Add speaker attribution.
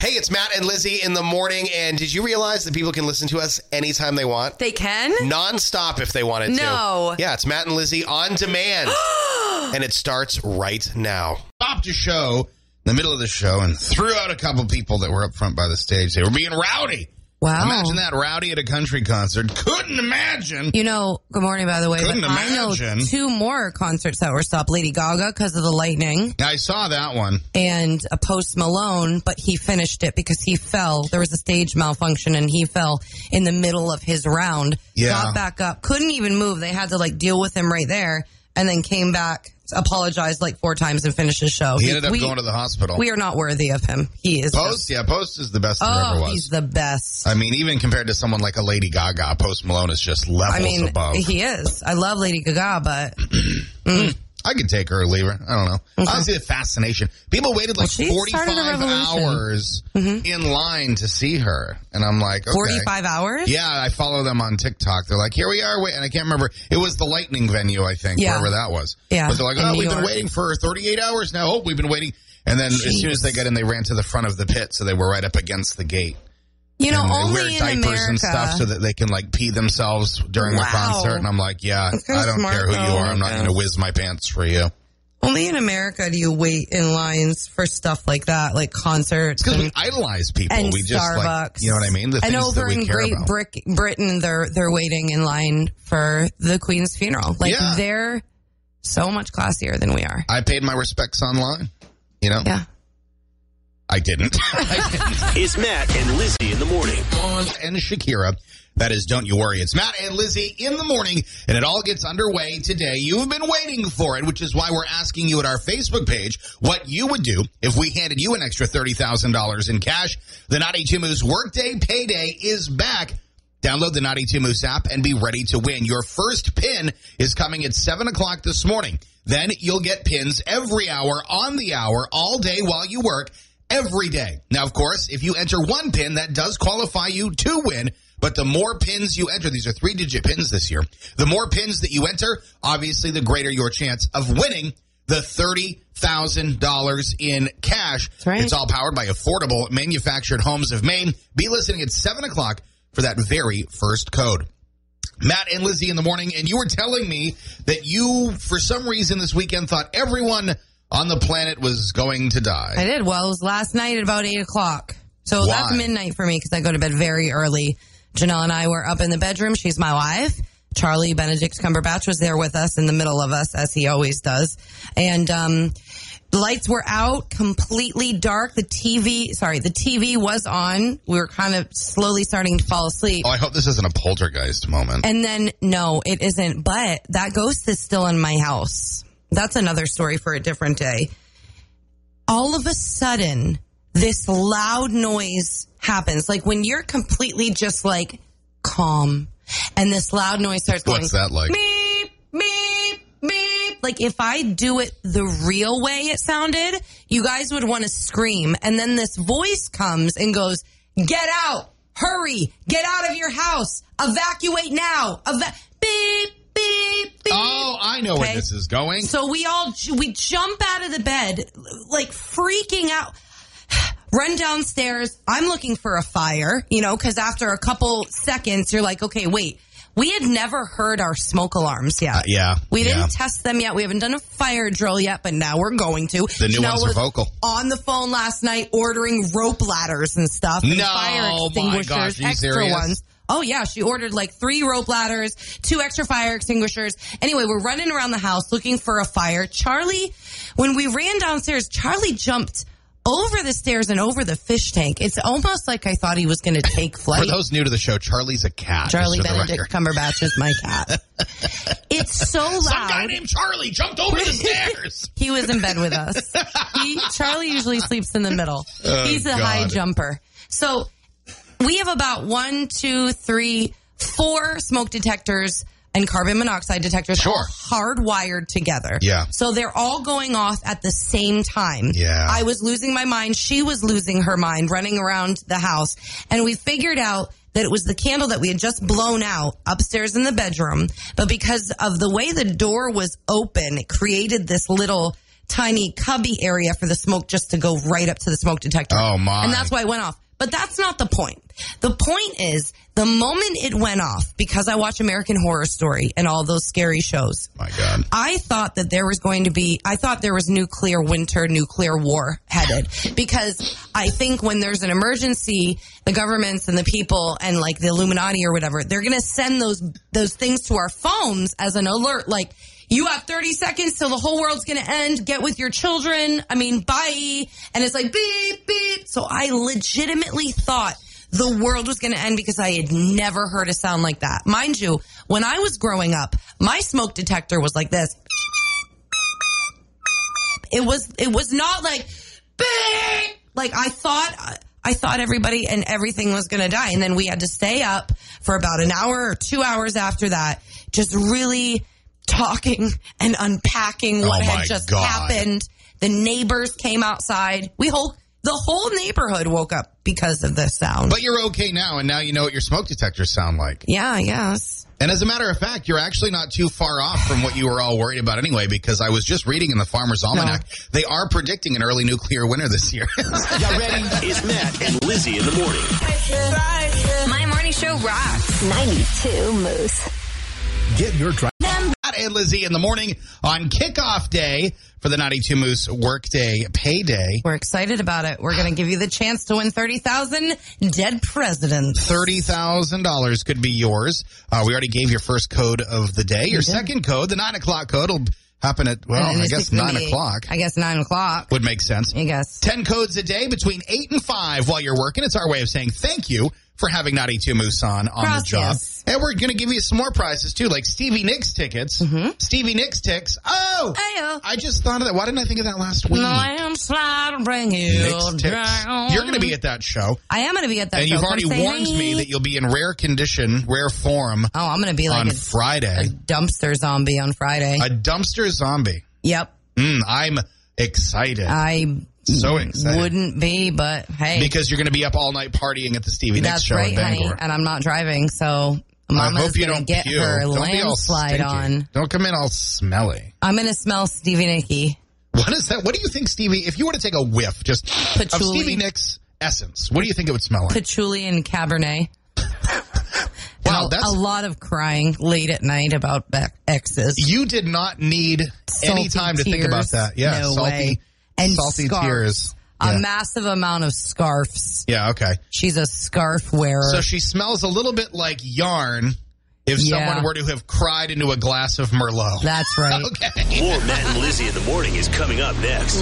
Speaker 1: It's Matt and Lizzie in the morning. And did you realize that people can listen to us anytime they want?
Speaker 2: They can?
Speaker 1: Nonstop if they wanted to.
Speaker 2: No.
Speaker 1: Yeah, it's Matt and Lizzie on demand. and it starts right now.
Speaker 3: stopped a show in the middle of the show and threw out a couple people that were up front by the stage. They were being rowdy.
Speaker 2: Wow.
Speaker 3: Imagine that rowdy at a country concert. Couldn't imagine.
Speaker 2: You know, good morning, by the way.
Speaker 3: Couldn't
Speaker 2: but I know
Speaker 3: imagine.
Speaker 2: two more concerts that were stopped Lady Gaga because of the lightning
Speaker 3: I saw that one.
Speaker 2: and a Post Malone, but he finished it because he fell. There was a stage malfunction and he fell in the middle of his round.
Speaker 3: Yeah.
Speaker 2: Got back up, couldn't even move. They had to like deal with him right there and then came back, apologized like four times and finished his show.
Speaker 3: He ended up
Speaker 2: we,
Speaker 3: going to the hospital.
Speaker 2: we are not worthy of him. He is.
Speaker 3: Post, yeah, Post is the best there ever
Speaker 2: oh,
Speaker 3: was.
Speaker 2: he's the best.
Speaker 3: I mean, even compared to someone like a Lady Gaga, Post Malone is just levels
Speaker 2: I mean,
Speaker 3: above.
Speaker 2: he is. I love Lady Gaga, but
Speaker 3: I could take her or leave her. I don't know. Honestly, the fascination. People waited like
Speaker 2: she started a
Speaker 3: 45
Speaker 2: revolution. Mm-hmm.
Speaker 3: hours in line to see her. And I'm like, okay.
Speaker 2: 45 hours?
Speaker 3: Yeah, I follow them on TikTok. They're like, here we are. Wait, and I can't remember. It was the Lightning venue, I think,
Speaker 2: Yeah.
Speaker 3: wherever that was.
Speaker 2: Yeah,
Speaker 3: But they're like,
Speaker 2: in
Speaker 3: oh,
Speaker 2: New
Speaker 3: we've been
Speaker 2: York.
Speaker 3: waiting for 38 hours now. Oh, we've been waiting. And then as soon as they got in, they ran to the front of the pit. So they were right up against the gate.
Speaker 2: You know,
Speaker 3: and they
Speaker 2: only
Speaker 3: wear
Speaker 2: in
Speaker 3: diapers
Speaker 2: America.
Speaker 3: and stuff so that they can like pee themselves during the
Speaker 2: Wow.
Speaker 3: concert. And I'm like, yeah,
Speaker 2: kinda
Speaker 3: I don't
Speaker 2: smart,
Speaker 3: care who you
Speaker 2: though.
Speaker 3: are. I'm not going to whiz my pants for you.
Speaker 2: only in America do you wait in lines for stuff like that, like concerts
Speaker 3: Because
Speaker 2: and,
Speaker 3: we idolize people.
Speaker 2: and
Speaker 3: we just
Speaker 2: Starbucks.
Speaker 3: like, you know what I mean? The
Speaker 2: and
Speaker 3: things
Speaker 2: over
Speaker 3: that we
Speaker 2: in
Speaker 3: care
Speaker 2: Great
Speaker 3: about.
Speaker 2: Brick, Britain, they're they're waiting in line for the Queen's funeral. Like
Speaker 3: Yeah.
Speaker 2: they're so much classier than we are.
Speaker 3: I paid my respects online. You know,
Speaker 2: Yeah.
Speaker 3: I didn't. I didn't.
Speaker 4: It's Matt and Lizzie in the morning.
Speaker 3: Dawn and Shakira. That is Don't You Worry. It's Matt and Lizzie in the morning, and it all gets underway today. You've been waiting for it, which is why we're asking you at our Facebook page what you would do if we handed you an extra $30,000 in cash. The Naughty Two Moose Workday Payday is back. Download the Naughty Two Moose app and be ready to win. Your first pin is coming at 7 o'clock this morning. Then you'll get pins every hour, on the hour, all day while you work, every day. Now, of course, if you enter one pin, that does qualify you to win. But the more pins you enter, these are three digit pins this year. The more pins that you enter, obviously, the greater your chance of winning the $30,000 in cash.
Speaker 2: right.
Speaker 3: It's all powered by affordable manufactured homes of Maine. Be listening at 7 o'clock for that very first code. Matt and Lizzie in the morning, and you were telling me that you, for some reason, this weekend thought everyone on the planet was going to
Speaker 2: I
Speaker 3: die.
Speaker 2: did. Well, it was last night at about eight o'clock. So
Speaker 3: Why?
Speaker 2: that's midnight for me because I go to bed very early. Janelle and I were up in the bedroom. She's my wife. Charlie Benedict Cumberbatch was there with us in the middle of us, as he always does. And, um, lights were out, completely dark. The TV, sorry, the TV was on. We were kind of slowly starting to fall asleep.
Speaker 3: Oh, I hope this isn't a poltergeist moment.
Speaker 2: And then, no, it isn't. But that ghost is still in my house. That's another story for a different day. All of a sudden, this loud noise happens. Like when you're completely just like calm and this loud noise starts going,
Speaker 3: What's that like?
Speaker 2: Meep, meep, meep. Like if I do it the real way it sounded, you guys would want to scream. And then this voice comes and goes, get out, hurry, get out of your house, evacuate now, Eva- beep, beep, beep.
Speaker 3: Oh, I know where
Speaker 2: Okay.
Speaker 3: this is going.
Speaker 2: So we all we jump out of the bed, like freaking out. Run downstairs. I'm looking for a fire, you know, because after a couple seconds, you're like, okay, wait. We had never heard our smoke alarms yet.
Speaker 3: Uh, yeah,
Speaker 2: We didn't
Speaker 3: yeah.
Speaker 2: test them yet. We haven't done a fire drill yet, but now we're going to.
Speaker 3: The new
Speaker 2: Janelle
Speaker 3: ones are
Speaker 2: was
Speaker 3: vocal.
Speaker 2: On the phone last night, ordering rope ladders and stuff. and
Speaker 3: No,
Speaker 2: fire
Speaker 3: my
Speaker 2: extinguishers,
Speaker 3: gosh, are you
Speaker 2: extra
Speaker 3: serious?
Speaker 2: ones. Oh yeah, she ordered like three rope ladders, two extra fire extinguishers. Anyway, we're running around the house looking for a fire. Charlie, when we ran downstairs, Charlie jumped over the stairs and over the fish tank. It's almost like I thought he was going to take flight.
Speaker 3: for those new to the show, Charlie's a cat. just
Speaker 2: Charlie
Speaker 3: for the
Speaker 2: Benedict
Speaker 3: record.
Speaker 2: Cumberbatch is my cat. it's so loud.
Speaker 3: Some guy named Charlie jumped over the stairs.
Speaker 2: He was in bed with us. He, Charlie usually sleeps in the middle. He's a
Speaker 3: Oh, God.
Speaker 2: high jumper. So we have about one, two, three, four smoke detectors and carbon monoxide detectors
Speaker 3: Sure.
Speaker 2: all hardwired together.
Speaker 3: Yeah.
Speaker 2: So they're all going off at the same time.
Speaker 3: Yeah.
Speaker 2: I was losing my mind. She was losing her mind running around the house. And we figured out that it was the candle that we had just blown out upstairs in the bedroom. But because of the way the door was open, it created this little tiny cubby area for the smoke just to go right up to the smoke detector.
Speaker 3: Oh, my.
Speaker 2: And that's why it went off. But that's not the point. The point is the moment it went off, because I watch American Horror Story and all those scary shows.
Speaker 3: My God.
Speaker 2: I thought that there was going to be, I thought there was nuclear winter, nuclear war headed because I think when there's an emergency, the governments and the people and like the Illuminati or whatever, they're going to send those, those things to our phones as an alert. Like you have 30 seconds till the whole world's going to end. Get with your children. I mean, bye. And it's like beep, beep. So I legitimately thought the world was going to end because I had never heard a sound like that. Mind you, when I was growing up, my smoke detector was like this. It was it was not like "Bing!" like I thought I thought everybody and everything was going to die and then we had to stay up for about an hour or 2 hours after that just really talking and unpacking what
Speaker 3: Oh my
Speaker 2: had just
Speaker 3: God.
Speaker 2: happened. The neighbors came outside. We whole the whole neighborhood woke up because of this sound.
Speaker 3: But you're okay now, and now you know what your smoke detectors sound like.
Speaker 2: Yeah, yes.
Speaker 3: And as a matter of fact, you're actually not too far off from what you were all worried about anyway, because I was just reading in the Farmer's Almanac, they are predicting an early nuclear winter this year.
Speaker 4: It's Matt and Lizzie in the morning.
Speaker 5: My morning show rocks.
Speaker 6: 92 Moose.
Speaker 7: Get your drive.
Speaker 3: Matt and Lizzie in the morning on kickoff day for the 92 Moose Workday Payday.
Speaker 2: We're excited about it. We're going to give you the chance to win 30,000 dead presidents.
Speaker 3: $30,000 could be yours. Uh, we already gave your first code of the day. Your second code, the 9 o'clock code, will happen at, well,
Speaker 2: And
Speaker 3: Oh, I
Speaker 2: this
Speaker 3: guess
Speaker 2: is gonna
Speaker 3: 9
Speaker 2: be-
Speaker 3: o'clock
Speaker 2: I guess 9 o'clock.
Speaker 3: would make sense.
Speaker 2: I guess.
Speaker 3: 10 codes a day between 8 and 5 while you're working. It's our way of saying thank you for having Naughty Two Moose on on the job.
Speaker 2: Gracias.
Speaker 3: And we're going to give you some more prizes too, like Stevie Nicks tickets.
Speaker 2: Mm-hmm.
Speaker 3: Stevie Nicks ticks. Oh!
Speaker 2: Ayo.
Speaker 3: I just thought of that. Why didn't I think of that last week?
Speaker 2: No, I am slide and bring you
Speaker 3: Nicks ticks.
Speaker 2: down.
Speaker 3: You're going to be at that show.
Speaker 2: I am going to be at that
Speaker 3: And
Speaker 2: show.
Speaker 3: you've
Speaker 2: Come
Speaker 3: already
Speaker 2: say
Speaker 3: warned
Speaker 2: hi.
Speaker 3: me that you'll be in rare condition, rare form
Speaker 2: Oh, I'm going to be like
Speaker 3: on
Speaker 2: a
Speaker 3: Friday.
Speaker 2: dumpster zombie on Friday.
Speaker 3: A dumpster zombie.
Speaker 2: yep.
Speaker 3: Mm, I'm excited.
Speaker 2: I
Speaker 3: so excited.
Speaker 2: wouldn't be, but hey.
Speaker 3: because you're going to be up all night partying at the Stevie Nicks
Speaker 2: that's
Speaker 3: show
Speaker 2: right,
Speaker 3: in
Speaker 2: honey.
Speaker 3: Bangor.
Speaker 2: And I'm not driving, so Mama's
Speaker 3: I hope you
Speaker 2: gonna
Speaker 3: don't
Speaker 2: get
Speaker 3: puke.
Speaker 2: her
Speaker 3: Don't be all
Speaker 2: landslide
Speaker 3: stinky.
Speaker 2: on.
Speaker 3: Don't come in all smelly.
Speaker 2: I'm going to smell Stevie Nicki.
Speaker 3: What is that? What do you think, Stevie? If you were to take a whiff, just of
Speaker 2: Patchouli.
Speaker 3: Stevie Nicks essence, what do you think it would smell like?
Speaker 2: patchouli and cabernet.
Speaker 3: Wow,
Speaker 2: And a,
Speaker 3: that's-
Speaker 2: a lot of crying late at night about be- exes.
Speaker 3: You did not need any
Speaker 2: Salty
Speaker 3: time to think
Speaker 2: tears.
Speaker 3: about that. Yeah,
Speaker 2: no
Speaker 3: salty,
Speaker 2: way. and
Speaker 3: salty
Speaker 2: scarves.
Speaker 3: tears.
Speaker 2: A
Speaker 3: Yeah.
Speaker 2: massive amount of scarves.
Speaker 3: yeah, okay.
Speaker 2: She's a scarf wearer.
Speaker 3: So she smells a little bit like yarn. If
Speaker 2: Yeah.
Speaker 3: someone were to have cried into a glass of Merlot.
Speaker 2: that's right.
Speaker 3: okay.
Speaker 4: More Matt and Lizzie in the morning is coming up next.